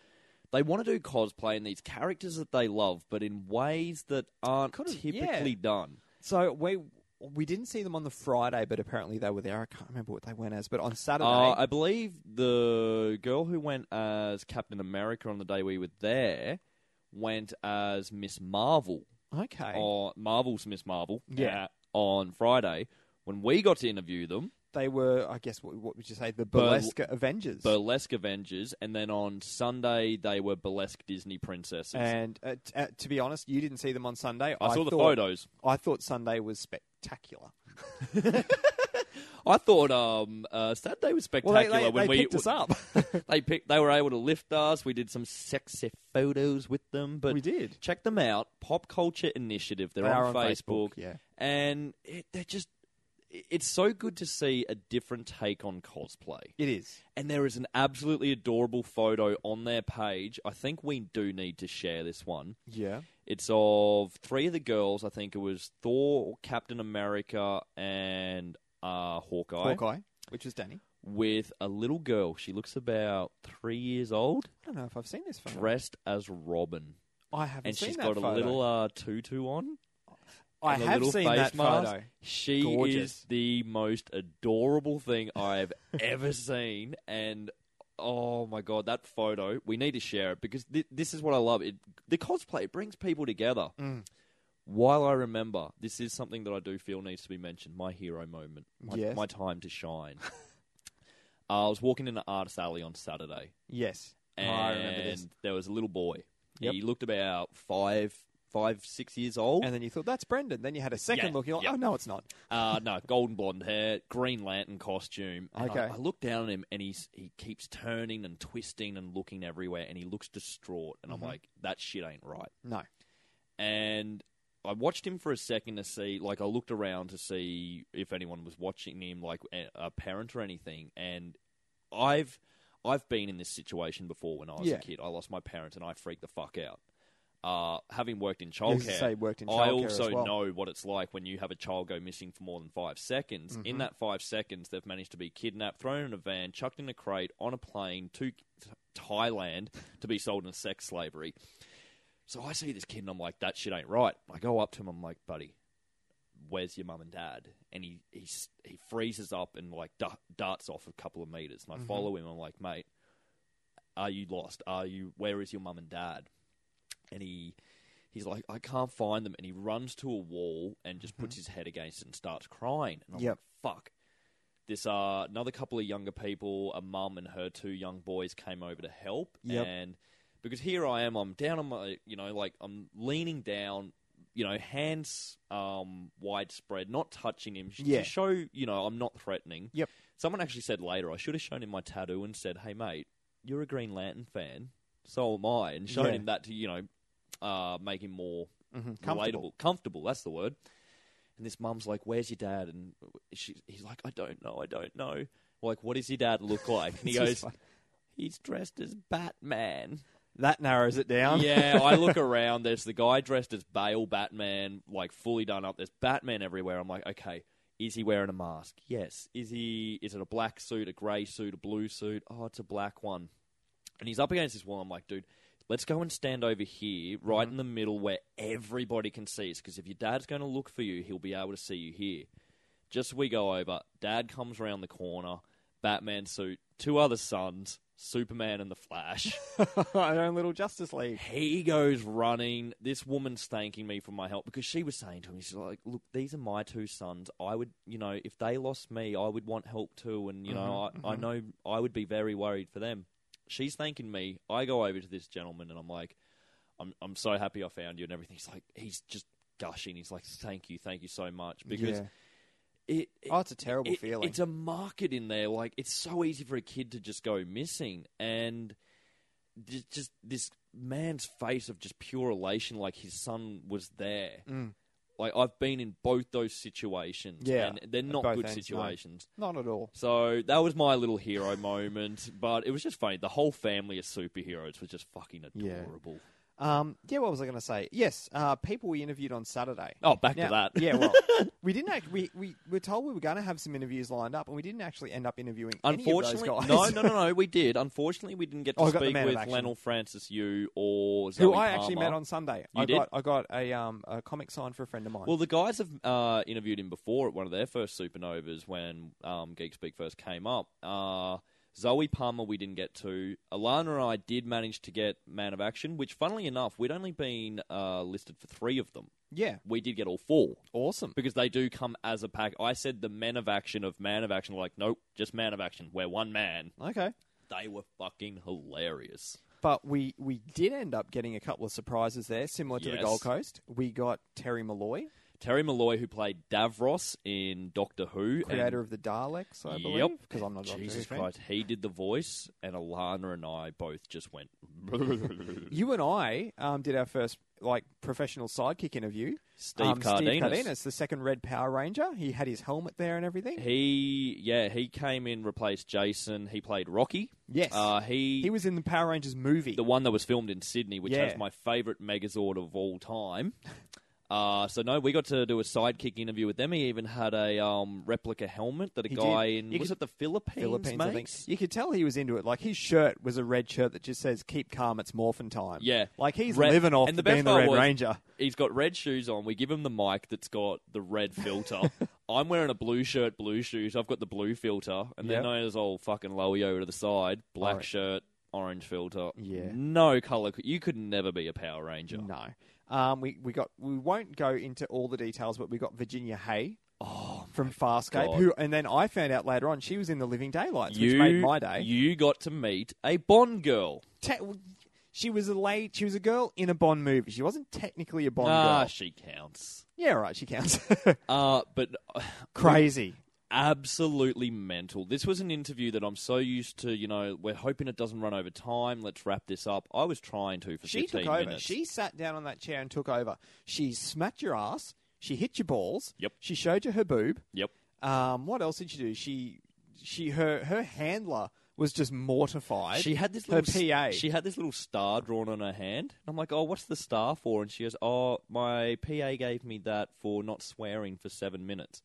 S1: They want to do cosplay and these characters that they love, but in ways that aren't
S2: Could've-
S1: typically
S2: yeah.
S1: done.
S2: So we we didn't see them on the Friday, but apparently they were there. I can't remember what they went as, but on Saturday,
S1: Uh, I believe the girl who went as Captain America on the day we were there went as Miss Marvel.
S2: okay,
S1: on Marvel's Miss Marvel
S2: Yeah.
S1: uh, on Friday when we got to interview them,
S2: they were. I guess what, what would you say? The
S1: Burl-
S2: burlesque Avengers.
S1: Burlesque Avengers, and then on Sunday they were Burlesque Disney Princesses.
S2: and uh, t- uh, to be honest, you didn't see them on Sunday.
S1: I, saw the
S2: thought-
S1: photos.
S2: I thought Sunday was spectacular.
S1: I thought um, uh, Saturday was
S2: Well,
S1: spectacular
S2: they, they,
S1: when
S2: they
S1: we
S2: picked us up.
S1: they picked they were able to lift us. We did some sexy photos with them, but
S2: We did.
S1: check them out. Pop Culture Initiative. They're
S2: They
S1: on,
S2: are on
S1: Facebook,
S2: Facebook, yeah.
S1: and it, they're just. It's so good to see a different take on cosplay.
S2: it is.
S1: And there is an absolutely adorable photo on their page. I think we do need to share this one.
S2: Yeah.
S1: It's of three of the girls. I think it was Thor, Captain America, and uh, Hawkeye,
S2: Hawkeye, which was Danny.
S1: With a little girl. She looks about three years old,
S2: I don't know if I've seen this photo.
S1: dressed as Robin.
S2: I haven't
S1: And
S2: seen
S1: she's
S2: that
S1: got a
S2: photo.
S1: little uh, tutu on.
S2: I
S1: and a
S2: have
S1: little
S2: seen
S1: face
S2: that
S1: mask.
S2: photo.
S1: She is
S2: Gorgeous.
S1: the most adorable thing I've ever seen, and oh my god, that photo! We need to share it because th- this is what I love. It the cosplay it brings people together.
S2: Mm.
S1: While I remember, this is something that I do feel needs to be mentioned. My hero moment, my,
S2: Yes.
S1: my time to shine. I was walking in an artist alley on Saturday,
S2: Yes.
S1: and
S2: Oh, I remember this.
S1: there was a little boy.
S2: Yep.
S1: He looked about five, five, six years old.
S2: And then you thought, that's Brendan. Then you had a second
S1: Yeah,
S2: look. You're like,
S1: yeah.
S2: oh, no, it's not.
S1: Uh, no, golden blonde hair, Green Lantern costume. And I-
S2: Okay.
S1: I, look down at him and he's he keeps turning and twisting and looking everywhere and he looks distraught and
S2: Mm-hmm.
S1: I'm like, that shit ain't right.
S2: No.
S1: And I watched him for a second to see, like, I looked around to see if anyone was watching him, like a, a parent or anything. And I've I've been in this situation before when I was
S2: Yeah.
S1: a kid. I lost my parents and I freaked the fuck out. Uh, having worked in
S2: was
S1: childcare,
S2: gonna say, worked in
S1: I
S2: childcare
S1: also
S2: as well.
S1: know what it's like when you have a child go missing for more than five seconds.
S2: Mm-hmm.
S1: In that five seconds, they've managed to be kidnapped, thrown in a van, chucked in a crate, on a plane to Thailand to be sold in sex slavery. So I see this kid and I'm like, that shit ain't right. I go up to him, I'm like, buddy, where's your mum and dad? And he he s- he freezes up and like da- darts off a couple of meters. And I
S2: Mm-hmm.
S1: follow him. I'm like, mate, are you lost? Are you? Where is your mum and dad? And he he's like, I can't find them. And he runs to a wall and just puts his head against it and starts crying. And I'm
S2: Mm-hmm. Yep.
S1: like, fuck. This uh, another couple of younger people, a mum and her two young boys, came over to help.
S2: Yep.
S1: And because here I am, I'm down on my, you know, like I'm leaning down, you know, hands um, widespread, not touching him, sh-
S2: Yeah.
S1: to show, you know, I'm not threatening.
S2: Yep.
S1: Someone actually said later, I should have shown him my tattoo and said, hey, mate, you're a Green Lantern fan. So am I. And shown
S2: Yeah.
S1: him that to, you know, uh, make him more
S2: Mhm.
S1: relatable. Comfortable, that's the word. And this mum's like, where's your dad? And she, he's like, I don't know, I don't know. Like, what does your dad look like? And he
S2: It's
S1: goes,
S2: just like-
S1: he's dressed as Batman.
S2: that narrows it down.
S1: Yeah, I look around. There's the guy dressed as Bale Batman, like fully done up. There's Batman everywhere. I'm like, okay, is he wearing a mask? Yes. Is he? Is it a black suit, a grey suit, a blue suit? Oh, it's a black one. And he's up against this wall. I'm like, dude, let's go and stand over here, right in the middle, where everybody can see us. Because if your dad's going to look for you, he'll be able to see you here. Just we go over. Dad comes around the corner. Batman suit. Two other sons. Superman and the Flash.
S2: Our own little Justice League.
S1: he goes running. This woman's thanking me for my help because she was saying to me, she's like, "Look, these are my two sons. I would, you know, if they lost me, I would want help too. And you know, I, I know I would be very worried for them." She's thanking me. I go over to this gentleman and I'm like, "I'm I'm so happy I found you and everything." He's like, he's just gushing. He's like, "Thank you, thank you so much." Because
S2: Yeah.
S1: it, it
S2: Oh, it's a terrible
S1: it-
S2: feeling.
S1: It's a market in there. Like it's so easy for a kid to just go missing, and j- just this man's face of just pure elation, like his son was there. Like I've been in both those situations.
S2: Mm. Yeah,
S1: and they're
S2: at
S1: not
S2: both
S1: good
S2: ends, no.
S1: situations.
S2: Not at all.
S1: So that was my little hero moment, but it was just funny. The whole family of superheroes was just fucking
S2: Yeah.
S1: adorable.
S2: Um, yeah, what was I going to say? Yes, uh, people we interviewed on Saturday.
S1: Oh, back
S2: Now-
S1: to that.
S2: yeah, well, we didn't. Act, we we were told we were going to have some interviews lined up, and we didn't actually end up interviewing
S1: Unfortunately,
S2: any of
S1: no,
S2: those guys.
S1: no, no, no. We did. Unfortunately, we didn't get to
S2: Oh, I got the
S1: speak
S2: man of
S1: with
S2: action.
S1: Lenel Francis Yu or Zoe
S2: Who I actually
S1: Palmer.
S2: met on Sunday.
S1: You
S2: I
S1: did?
S2: got I got a um a comic sign for a friend of mine.
S1: Well, the guys have uh, interviewed him before at one of their first supernovas when um, Geek Speak first came up. Uh, Zoe Palmer, we didn't get to. Alana and I did manage to get Man of Action, which, funnily enough, we'd only been uh, listed for three of them.
S2: yeah,
S1: We did get all four
S2: awesome.
S1: because they do come as a pack. I said the Men of Action of Man of Action, like, nope, just Man of Action. We're one man.
S2: Okay,
S1: They were fucking hilarious.
S2: but we we did end up getting a couple of surprises there, similar to the
S1: Yes.
S2: Gold Coast. We got Terry Malloy,
S1: Terry Malloy, who played Davros in Doctor Who, and-
S2: creator of the Daleks, I believe.
S1: Yep.
S2: because I'm not a Doctor Who
S1: Jesus
S2: fan.
S1: Christ, he did the voice, and Alana and I both just went.
S2: You and I um, did our first like professional sidekick interview.
S1: Steve
S2: um, Steve
S1: Cardenas.
S2: Cardenas, the second Red Power Ranger. He had his helmet there and everything.
S1: he, yeah, he came in, replaced Jason. He played Rocky.
S2: Yes.
S1: uh, he,
S2: He was in the Power Rangers movie.
S1: the one that was filmed in Sydney, which
S2: Yeah.
S1: has my favourite Megazord of all time. Uh, so no, we got to do a sidekick interview with them. He even had a um, replica helmet that a
S2: He did.
S1: guy in
S2: You
S1: was
S2: could-
S1: it the Philippines,
S2: Philippines, I think.
S1: makes?
S2: You could tell he was into it. Like his shirt was a red shirt that just says "Keep calm, it's morphin' time."
S1: Yeah,
S2: like he's
S1: Red-
S2: living off
S1: and the
S2: being
S1: best
S2: the
S1: part
S2: Red
S1: was,
S2: Ranger.
S1: He's got red shoes on. We give him the mic that's got the red filter. I'm wearing a blue shirt, blue shoes. I've got the blue filter, and then
S2: Yep.
S1: there's old fucking Loyo to the side, black
S2: Orange.
S1: shirt, orange filter.
S2: Yeah.
S1: no color. You could never be a Power Ranger.
S2: No, um, we we got we won't go into all the details, but we got Virginia Hay
S1: Oh,
S2: from Farscape,
S1: God.
S2: who and then I found out later on she was in the Living Daylights,
S1: you
S2: which made my day.
S1: You got to meet a Bond girl.
S2: Te- she was a late. She was a girl in a Bond movie. She wasn't technically a Bond
S1: ah,
S2: girl.
S1: she counts.
S2: yeah, right. She counts.
S1: Uh, but
S2: Crazy.
S1: absolutely mental. This was an interview that I'm so used to. You know, we're hoping it doesn't run over time. Let's wrap this up. I was trying to for
S2: She
S1: 15
S2: took over.
S1: minutes.
S2: She sat down on that chair and took over. She smacked your ass. She hit your balls.
S1: Yep.
S2: She showed you her boob.
S1: Yep.
S2: Um, what else did she do? She, she, her, her handler was just mortified.
S1: She had this
S2: her
S1: little s-
S2: PA.
S1: She had this little star drawn on her hand. And I'm like, oh, what's the star for? And she goes, oh, my PA gave me that for not swearing for seven minutes.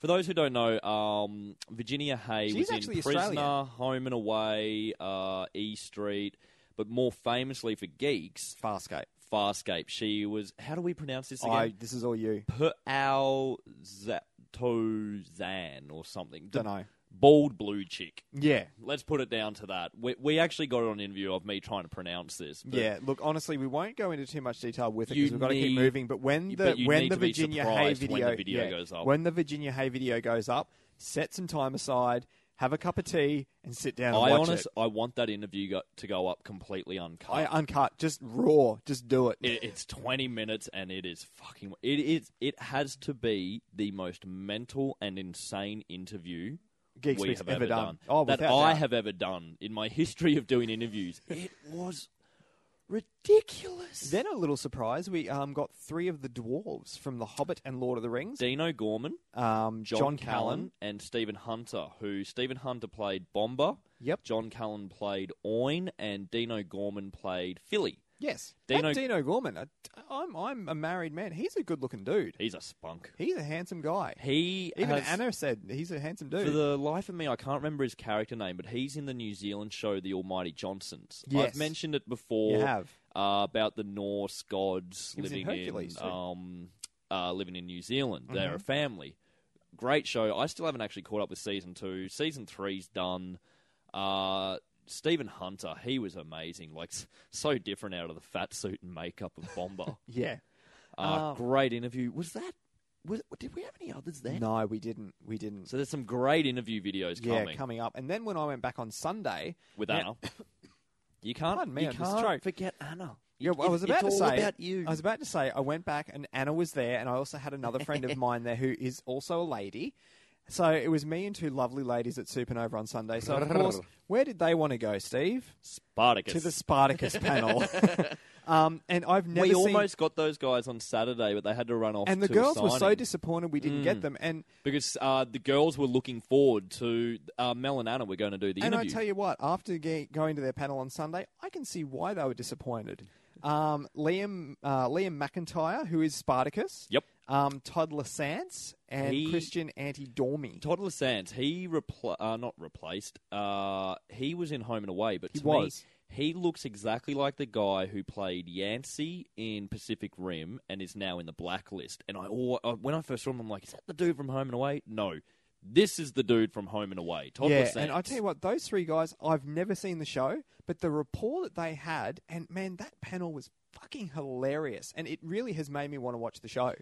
S1: for those who don't know, um, Virginia Hay
S2: She's
S1: was
S2: actually
S1: in Prisoner,
S2: Australian.
S1: Home and Away, uh, E Street, but more famously for geeks,
S2: Farscape.
S1: Farscape. She was. How do we pronounce this again?
S2: I. This is all you.
S1: Puao Zatozan or something. The
S2: Don't know.
S1: Bald blue chick.
S2: Yeah.
S1: Let's put it down to that. We, we actually got an interview of me trying to pronounce this. but
S2: Yeah, look, honestly, we won't go into too much detail with it
S1: You
S2: because we've got to keep
S1: need-
S2: moving. But when the
S1: but you
S2: when
S1: need
S2: the
S1: to be
S2: Virginia Hay
S1: surprised
S2: video,
S1: when the video
S2: yeah,
S1: goes up.
S2: when the Virginia Hay video goes up, set some time aside, have a cup of tea, and sit down and
S1: I
S2: watch
S1: honest,
S2: it.
S1: I want that interview go, to go up completely uncut.
S2: I uncut, just raw, just do it.
S1: it, it's twenty minutes and it is fucking. It is. It has to be the most mental and insane interview
S2: Geek
S1: we
S2: Speak's
S1: have
S2: ever
S1: ever
S2: done.
S1: done.
S2: Oh,
S1: that
S2: without
S1: I
S2: doubt.
S1: have ever done in my history of doing interviews. it was ridiculous.
S2: Then a little surprise, we um, got three of the dwarves from The Hobbit and Lord of the Rings.
S1: Dino Gorman,
S2: Um,
S1: John,
S2: John
S1: Callan, and Stephen Hunter, who Stephen Hunter played Bomber.
S2: Yep.
S1: John Callan played Oin, and Dino Gorman played Philly.
S2: Yes.
S1: Dino-
S2: That Dino Gorman. I, I'm I'm a married man. He's a good looking dude.
S1: He's a spunk.
S2: He's a handsome guy.
S1: He
S2: Even
S1: has,
S2: Anna said he's a handsome dude.
S1: For the life of me, I can't remember his character name, but he's in the New Zealand show The Almighty Johnsons.
S2: Yes.
S1: I've mentioned it before.
S2: You have.
S1: uh, about the Norse gods
S2: He was in
S1: living
S2: Hercules, too. Mm-hmm.
S1: um, uh, living in New Zealand. They're a family. Great show. I still haven't actually caught up with season two. Season three's done. Uh, Stephen Hunter, he was amazing. Like s- so different out of the fat suit and makeup of Bomber.
S2: Yeah.
S1: uh,
S2: Um,
S1: great interview. Was that? Was, did we have any others then?
S2: No, we didn't. We didn't.
S1: So there's some great interview videos
S2: yeah,
S1: coming
S2: coming up. And then when I went back on Sunday,
S1: with
S2: Yeah.
S1: Anna. You can't.
S2: Pardon me,
S1: you
S2: I'm just
S1: can't
S2: choked.
S1: forget Anna.
S2: Yeah, well, I
S1: It-
S2: was about
S1: it's
S2: to
S1: all
S2: say.
S1: about you.
S2: I was about to say. I went back, and Anna was there, and I also had another friend of mine there who is also a lady. So it was me and two lovely ladies at Supernova on Sunday. So of course, where did they want to go, Steve?
S1: Spartacus.
S2: To the Spartacus panel. um, and I've never
S1: we
S2: seen.
S1: almost got those guys on Saturday, but they had to run off.
S2: and the
S1: to a
S2: girls were so
S1: signing. Mm.
S2: disappointed we didn't get them. And
S1: because uh, the girls were looking forward to uh, Mel and Anna were going to do the
S2: and I
S1: interview.
S2: tell you what, after ge- going to their panel on Sunday, I can see why they were disappointed. Um, Liam uh, Liam McIntyre, who is Spartacus.
S1: Yep.
S2: Um, Todd Lasance and
S1: He-
S2: Christian Anti Dormy.
S1: Todd Sands, he repl- uh, not replaced. Uh, he was in Home and Away, but
S2: He
S1: to
S2: was.
S1: me, he looks exactly like the guy who played Yancey in Pacific Rim and is now in the blacklist. And I, al- uh, when I first saw him, I'm like, is that the dude from Home and Away? No, this is the dude from Home and Away. Todd
S2: Yeah,
S1: Sands.
S2: and I tell you what, those three guys, I've never seen the show, but the rapport that they had, and man, that panel was fucking hilarious, and it really has made me want to watch the show.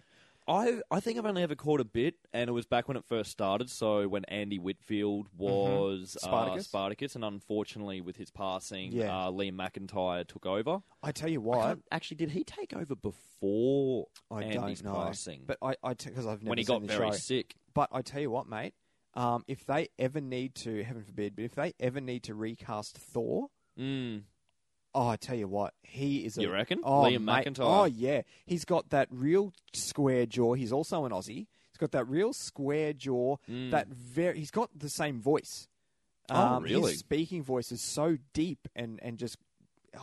S1: I I think I've only ever caught a bit, and it was back when it first started. So when Andy Whitfield was
S2: Mm-hmm. Spartacus.
S1: Uh, Spartacus, and unfortunately with his passing,
S2: Yeah.
S1: uh, Liam McIntyre took over.
S2: I tell you
S1: I
S2: what,
S1: can't- actually, did he take over before
S2: I
S1: Andy's
S2: don't know,
S1: passing?
S2: but I, I because I've never
S1: when he
S2: seen
S1: got
S2: the
S1: very
S2: show.
S1: sick,
S2: But I tell you what, mate, um, if they ever need to, heaven forbid, but if they ever need to recast Thor,
S1: mm,
S2: Oh, I tell you what, he is. A,
S1: You reckon?
S2: Oh,
S1: Liam
S2: mate.
S1: McIntyre.
S2: Oh yeah, he's got that real square jaw. He's also an Aussie. He's got that real square jaw.
S1: Mm.
S2: That very. He's got the same voice. Um,
S1: Oh, really?
S2: His speaking voice is so deep and and just.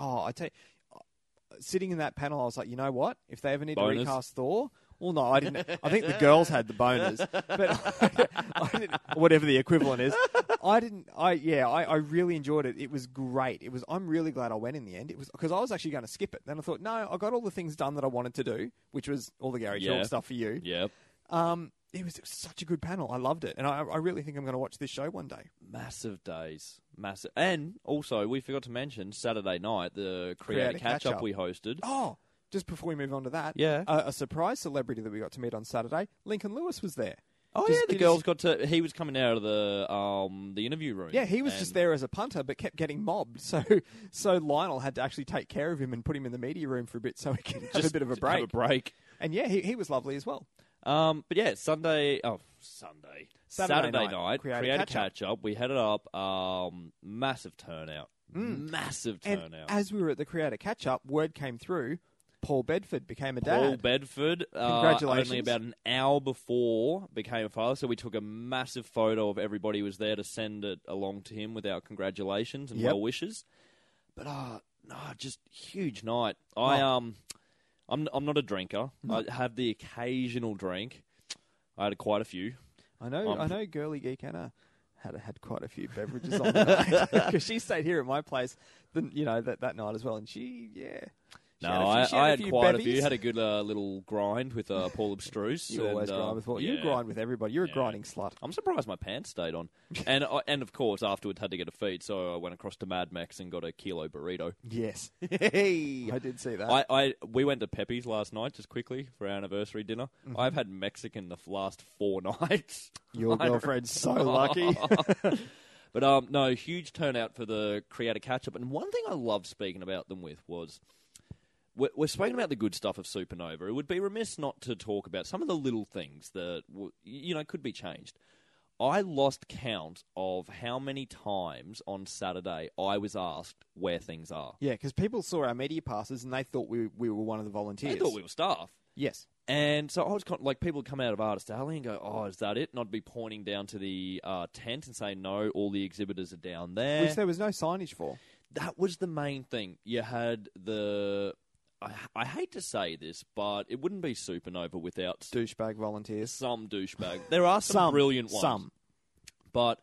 S2: Oh, I tell you, uh, sitting in that panel, I was like, you know what? If they ever need
S1: Boners.
S2: to recast Thor. Well, no, I didn't. I think the girls had the boners, but I didn't, whatever the equivalent is, I didn't. I yeah, I, I really enjoyed it. It was great. It was. I'm really glad I went in the end. It was because I was actually going to skip it. Then I thought, no, I got all the things done that I wanted to do, which was all the Gary
S1: Yeah.
S2: Chalk stuff for you.
S1: yeah,
S2: Um, it was, it was such a good panel. I loved it, and I, I really think I'm going to watch this show one day.
S1: massive days, massive. And also, we forgot to mention Saturday night the
S2: Create
S1: creator
S2: a
S1: catch up
S2: catch-up.
S1: we hosted.
S2: Oh, just before we move on to that,
S1: Yeah.
S2: a, a surprise celebrity that we got to meet on Saturday, Lincoln Lewis was there.
S1: Oh
S2: Just-
S1: yeah, the
S2: just-
S1: girls got to. He was coming out of the um the interview room.
S2: Yeah, he was
S1: and-
S2: just there as a punter, but kept getting mobbed. So, so Lionel had to actually take care of him and put him in the media room for a bit, so he could have a bit of a
S1: to have
S2: break.
S1: a break.
S2: And yeah, he, he was lovely as well.
S1: Um, but yeah, Sunday. Oh, Sunday.
S2: Saturday
S1: Saturday, night,
S2: night, create a
S1: create a
S2: catch-up.
S1: catch up. We had it up. Um, massive turnout. Massive
S2: Mm. And
S1: turnout.
S2: as we were at the creator catch up, word came through: Paul Bedford became a dad.
S1: Paul Bedford, uh,
S2: Congratulations.
S1: only about an hour before became a father, so we took a massive photo of everybody who was there to send it along to him with our congratulations and
S2: Yep.
S1: well wishes. But uh no, just huge night. I um, I'm I'm not a drinker. I have the occasional drink. I had quite a few.
S2: I know,
S1: Um,
S2: I know, girly geek Anna had had quite a few beverages on because she stayed here at my place, the, you know, that, that night as well, and she yeah. she
S1: No,
S2: had a few-
S1: I,
S2: she
S1: I had
S2: few
S1: quite a
S2: bevvies.
S1: few. Had a good uh, little grind with uh, Paul Abstruse.
S2: you always
S1: and, uh,
S2: grind with what you
S1: yeah.
S2: grind with everybody. You're a
S1: Yeah.
S2: grinding slut.
S1: I'm surprised my pants stayed on, and I, and of course afterwards had to get a feed, so I went across to Mad Max and got a kilo burrito.
S2: Yes, I did see that.
S1: I, I we went to Pepe's last night just quickly for our anniversary dinner. I've had Mexican the f- last four nights.
S2: Your
S1: I-
S2: girlfriend's so lucky.
S1: But um, no, huge turnout for the creator catch up. And one thing I love speaking about them with was we're, we're speaking about the good stuff of Supernova. It would be remiss not to talk about some of the little things that w- you know could be changed. I lost count of how many times on Saturday I was asked where things are.
S2: Yeah, because people saw our media passes and they thought we, we were one of the volunteers.
S1: I thought we were staff.
S2: Yes.
S1: And so I was con- like, people would come out of Artist Alley and go, "Oh, is that it?" And I'd be pointing down to the uh, tent and say, "No, all the exhibitors are down there."
S2: Which there was no signage for.
S1: that was the main thing. You had the. I, I hate to say this, but it wouldn't be Supernova without
S2: Douchebag volunteers.
S1: some douchebag. There are some, brilliant ones,
S2: Some.
S1: but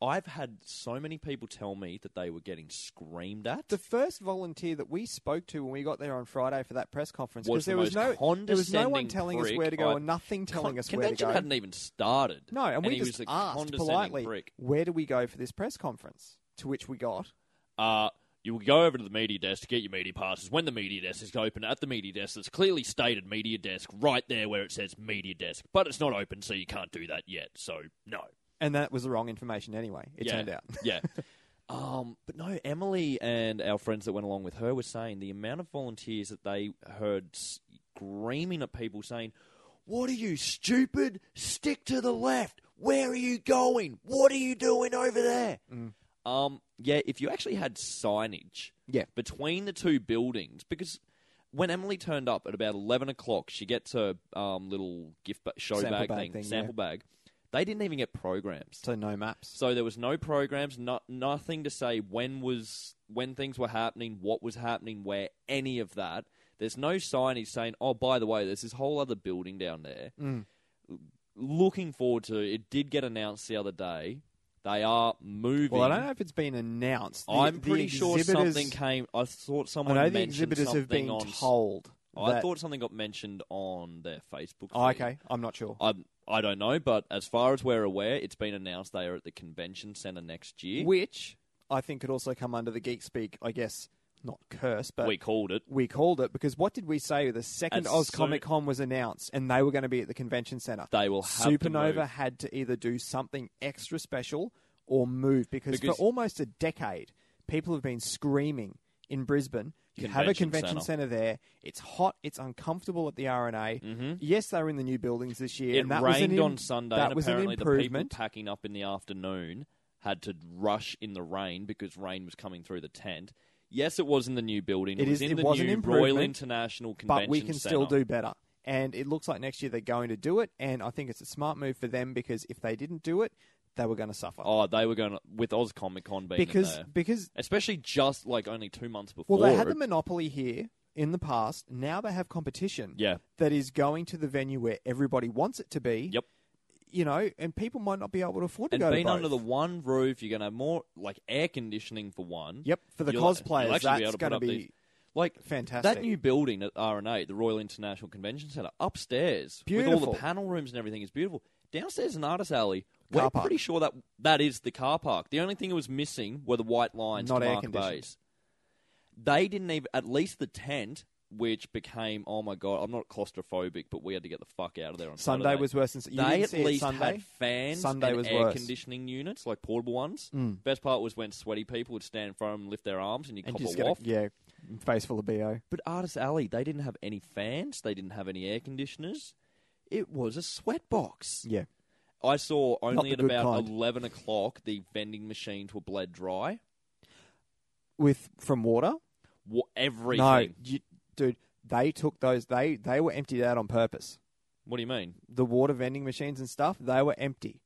S1: I've had so many people tell me that they were getting screamed at.
S2: The first volunteer that we spoke to when we got there on Friday for that press conference
S1: Was
S2: because there
S1: the
S2: was no
S1: most
S2: there was no one
S1: condescending
S2: telling us
S1: prick
S2: where to go
S1: I-
S2: or nothing telling
S1: Con-
S2: us where to
S1: convention
S2: go.
S1: hadn't even started.
S2: No, and, we
S1: he
S2: just
S1: was a
S2: asked
S1: condescending
S2: politely,
S1: prick.
S2: "Where do we go for this press conference?" To which we got
S1: Uh, you will go over to the media desk to get your media passes. When the media desk is open, at the media desk, there's clearly stated media desk right there where it says media desk, but it's not open, so you can't do that yet. So no,
S2: And that was the wrong information anyway, it
S1: yeah.
S2: turned out.
S1: yeah. Um, but no, Emily and our friends that went along with her were saying the amount of volunteers that they heard screaming at people saying, What are you, stupid? Stick to the left. Where are you going? What are you doing over there?
S2: Mm.
S1: Um, yeah, if you actually had signage
S2: Yeah.
S1: between the two buildings, because when Emily turned up at about 11 o'clock, she gets her um, little gift ba- show
S2: Sample
S1: bag,
S2: bag
S1: thing,
S2: thing, yeah.
S1: sample bag. They didn't even get programs.
S2: So no maps.
S1: So there was no programs, no, nothing to say when was when things were happening, what was happening, where any of that. There's no signage saying, "Oh, by the way, there's this whole other building down there."
S2: Mm.
S1: Looking forward to it. Did get announced the other day. They are moving.
S2: Well, I don't know if it's been announced. The-
S1: I'm
S2: the
S1: pretty sure
S2: exhibitors-
S1: something came. I thought
S2: I
S1: someone
S2: know the
S1: mentioned
S2: exhibitors have
S1: something
S2: been
S1: on. Oh,
S2: told.
S1: I
S2: that-
S1: thought something got mentioned on their Facebook.
S2: Oh,
S1: feed.
S2: okay, I'm not sure.
S1: I'm, I don't know, but as far as we're aware, it's been announced they are at the convention center next year.
S2: Which I think could also come under the geek speak. I guess not curse, but
S1: we
S2: we,
S1: called it.
S2: called it because what did we say? The second
S1: As
S2: Oz
S1: soon-
S2: Comic Con was announced, and they were going to be at the convention center.
S1: They will have to
S2: Supernova
S1: move.
S2: had to either do something extra special or move because,
S1: Because-
S2: for almost a decade, people have been screaming in Brisbane. You have a
S1: Convention
S2: convention
S1: centre.
S2: center there. It's hot. It's uncomfortable at the RNA. Yes, they were in the new buildings this year.
S1: Mm-hmm. It
S2: and that was an
S1: rained
S2: im-
S1: on Sunday,
S2: That
S1: and
S2: was
S1: apparently
S2: an
S1: the people
S2: improvement.
S1: packing up in the afternoon had to rush in the rain because rain was coming through the tent. Yes, it was in the new building. It,
S2: It
S1: was
S2: is-
S1: in the
S2: it was an
S1: new Royal
S2: improvement,
S1: International Convention
S2: but we can still
S1: Centre.
S2: do better. And it looks like next year they're going to do it. And I think it's a smart move for them because if they didn't do it, they were going to suffer.
S1: Oh, they were going to, with Oz Comic Con being in
S2: because
S1: there,
S2: because
S1: especially just like only two months before.
S2: well, they had
S1: it.
S2: the monopoly here in the past. Now they have competition.
S1: Yeah.
S2: that is going to the venue where everybody wants it to be.
S1: Yep.
S2: You know, and people might not be able to afford to
S1: and
S2: go
S1: being
S2: to both.
S1: under the one roof, you're going to have more like air conditioning for one.
S2: yep for the
S1: You'll- you'll
S2: cosplayers.
S1: actually be able to
S2: that's
S1: put
S2: going to
S1: up
S2: be
S1: these- like
S2: fantastic.
S1: That new building at RNA, the Royal International Convention Centre, upstairs with all
S2: Beautiful.
S1: the panel rooms and everything is beautiful. Downstairs in Artist Alley,
S2: Car
S1: we're
S2: park.
S1: pretty sure that that is the car park. The only thing that was missing were the white lines
S2: Not
S1: to
S2: air
S1: mark
S2: conditioned.
S1: bays. They didn't even at least the tent, which became oh my god, I'm not claustrophobic, but we had to get the fuck out of there on
S2: Sunday
S1: Saturday.
S2: was worse than you
S1: they
S2: didn't
S1: at
S2: see it
S1: least
S2: Sunday.
S1: had fans
S2: Sunday
S1: and
S2: was
S1: air
S2: worse.
S1: conditioning units, like portable ones. Best part was when sweaty people would stand in front of 'em, lift their arms, Mm. and you
S2: and
S1: cop
S2: just
S1: a
S2: get a,
S1: waft.
S2: yeah, face full of bo.
S1: But Artist Alley, they didn't have any fans, they didn't have any air conditioners. It was a sweatbox.
S2: Yeah.
S1: I saw only
S2: the
S1: at
S2: good
S1: about
S2: kind.
S1: eleven o'clock the vending machines were bled dry.
S2: with from water.
S1: Wa- everything.
S2: No, you, dude, they took those. They they were emptied out on purpose.
S1: What do you mean?
S2: The water vending machines and stuff, they were empty,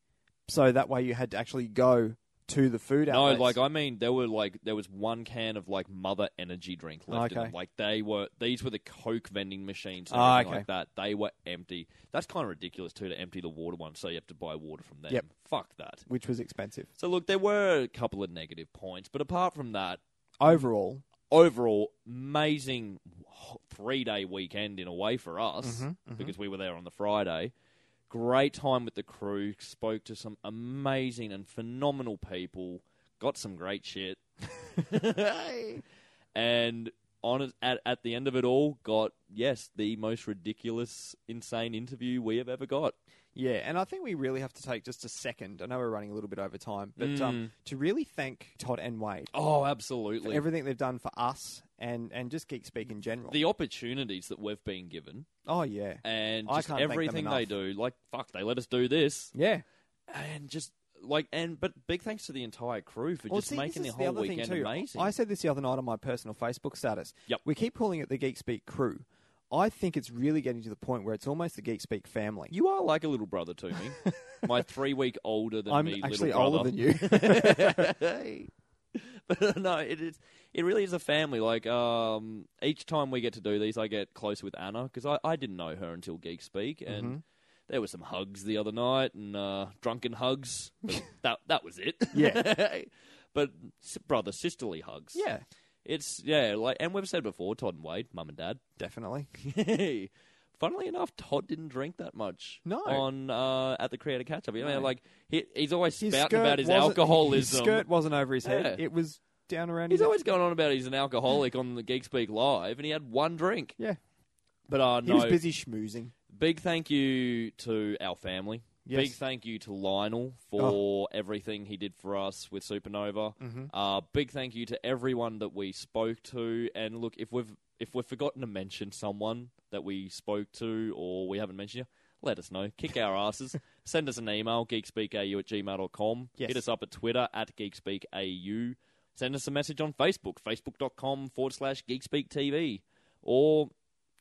S2: so that way you had to actually go to the food
S1: No,
S2: outlets.
S1: like I mean, there were like there was one can of like Mother Energy drink left. In
S2: Okay.
S1: them. Like they were these were the Coke vending machines. And
S2: Ah,
S1: everything
S2: okay.
S1: like that. They were empty. That's kind of ridiculous too to empty the water one, so you have to buy water from them.
S2: Yep.
S1: Fuck that.
S2: which was expensive
S1: So look, there were a couple of negative points, but apart from that,
S2: overall.
S1: overall amazing three day weekend in a way for us
S2: Mm-hmm,
S1: because we were there on the Friday. Great time with the crew. Spoke to some amazing and phenomenal people. Got some great shit. and on it- at at the end of it all, got yes the most ridiculous, insane interview we have ever got.
S2: Yeah, and I think we really have to take just a second. I know we're running a little bit over time, but
S1: Mm.
S2: um, to really thank Todd and Wade
S1: Oh,
S2: for
S1: absolutely.
S2: everything they've done for us and, and just Geek Speak in general.
S1: the opportunities that we've been given
S2: oh, yeah.
S1: and
S2: I
S1: just
S2: can't thank them
S1: everything they
S2: enough.
S1: do, like fuck, they let us do this.
S2: Yeah.
S1: and just like and but big thanks to the entire crew for
S2: Well,
S1: just
S2: see, this
S1: making the
S2: is
S1: whole
S2: other thing
S1: weekend
S2: too.
S1: amazing.
S2: I said this the other night on my personal Facebook status.
S1: Yep.
S2: We keep calling it the Geek Speak crew. I think it's really getting to the point where it's almost the Geek Speak family.
S1: you are like a little brother to me, my three week older than
S2: I'm
S1: me
S2: actually
S1: little brother.
S2: older than you.
S1: but no, it is. It really is a family. Like um, each time we get to do these, I get closer with Anna because I, I didn't know her until Geek Speak, and
S2: Mm-hmm.
S1: there were some hugs the other night and uh, drunken hugs. But that that was it.
S2: Yeah.
S1: but s- brother sisterly hugs.
S2: yeah,
S1: it's yeah. Like and we've said before, Todd and Wade, mum and dad.
S2: definitely.
S1: Hey, funnily enough, Todd didn't drink that much.
S2: No.
S1: on uh, at the creator catch up. You know,
S2: No.
S1: like he, he's always
S2: His
S1: spouting
S2: skirt
S1: about his
S2: wasn't-
S1: alcoholism.
S2: His skirt wasn't over his head.
S1: Yeah.
S2: It was down around
S1: He's
S2: his
S1: always going on about he's an alcoholic on the Geek Speak Live, and he had one drink.
S2: Yeah.
S1: But uh,
S2: He
S1: no,
S2: was busy schmoozing.
S1: big thank you to our family.
S2: Yes. Oh.
S1: Big thank you to Lionel for everything he did for us with Supernova.
S2: Mhm.
S1: Uh, big thank you to everyone that we spoke to. And look, if we've if we've forgotten to mention someone that we spoke to or we haven't mentioned you, let us know. Kick our asses. Send us an email, geekspeakau at gmail.com.
S2: Yes.
S1: Hit us up at Twitter at geekspeakau. Send us a message on Facebook, facebook.com forward slash geekspeaktv. Or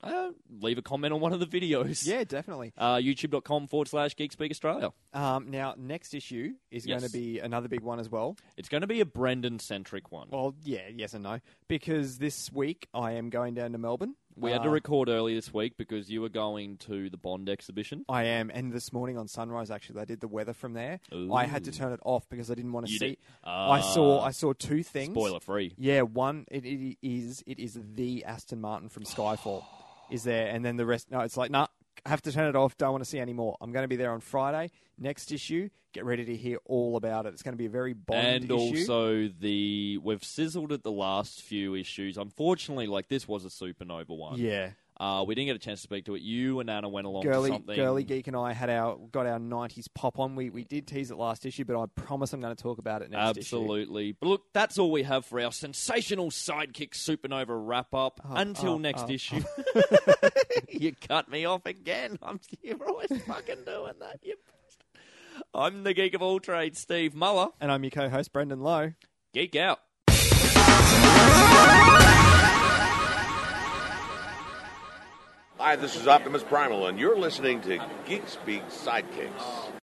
S1: uh, leave a comment on one of the videos.
S2: Yeah, definitely.
S1: Uh, YouTube.com forward slash geekspeak Australia.
S2: Um, now, next issue is
S1: Yes.
S2: going to be another big one as well.
S1: It's going to be a Brendan centric one.
S2: Well, yeah, yes and no, because this week I am going down to Melbourne.
S1: We had to
S2: Uh,
S1: record early this week because you were going to the Bond exhibition.
S2: I am, and this morning on Sunrise, actually, they did the weather from there. I had to
S1: Ooh.
S2: turn it off because I didn't want to
S1: You
S2: see.
S1: did-
S2: I saw,
S1: Uh,
S2: I saw two things.
S1: Spoiler free.
S2: Yeah, one it, it is it is the Aston Martin from Skyfall is there, and then the rest. No, it's like nah, I have to turn it off. Don't want to see any more. I'm going to be there on Friday. Next issue, get ready to hear all about it. It's going to be a very Bond
S1: And
S2: issue.
S1: also the we've sizzled at the last few issues. Unfortunately, like this was a supernova one.
S2: yeah,
S1: Uh, we didn't get a chance to speak to it. You and Anna went along to
S2: girly
S1: something.
S2: girly geek and I had our got our '90s pop on. We we did tease it last issue, but I promise I'm going to talk about it next issue.
S1: Absolutely. But look, that's all we have for our sensational sidekick supernova wrap up. Until
S2: up,
S1: next
S2: up,
S1: issue. you cut me off again. I'm, you're always fucking doing that. You bastard. I'm the geek of all trades, Steve Muller.
S2: And I'm your co-host Brendan Lowe.
S1: Geek out.
S3: Hi, this is Optimus Primal, and you're listening to Geek Speak Sidekicks.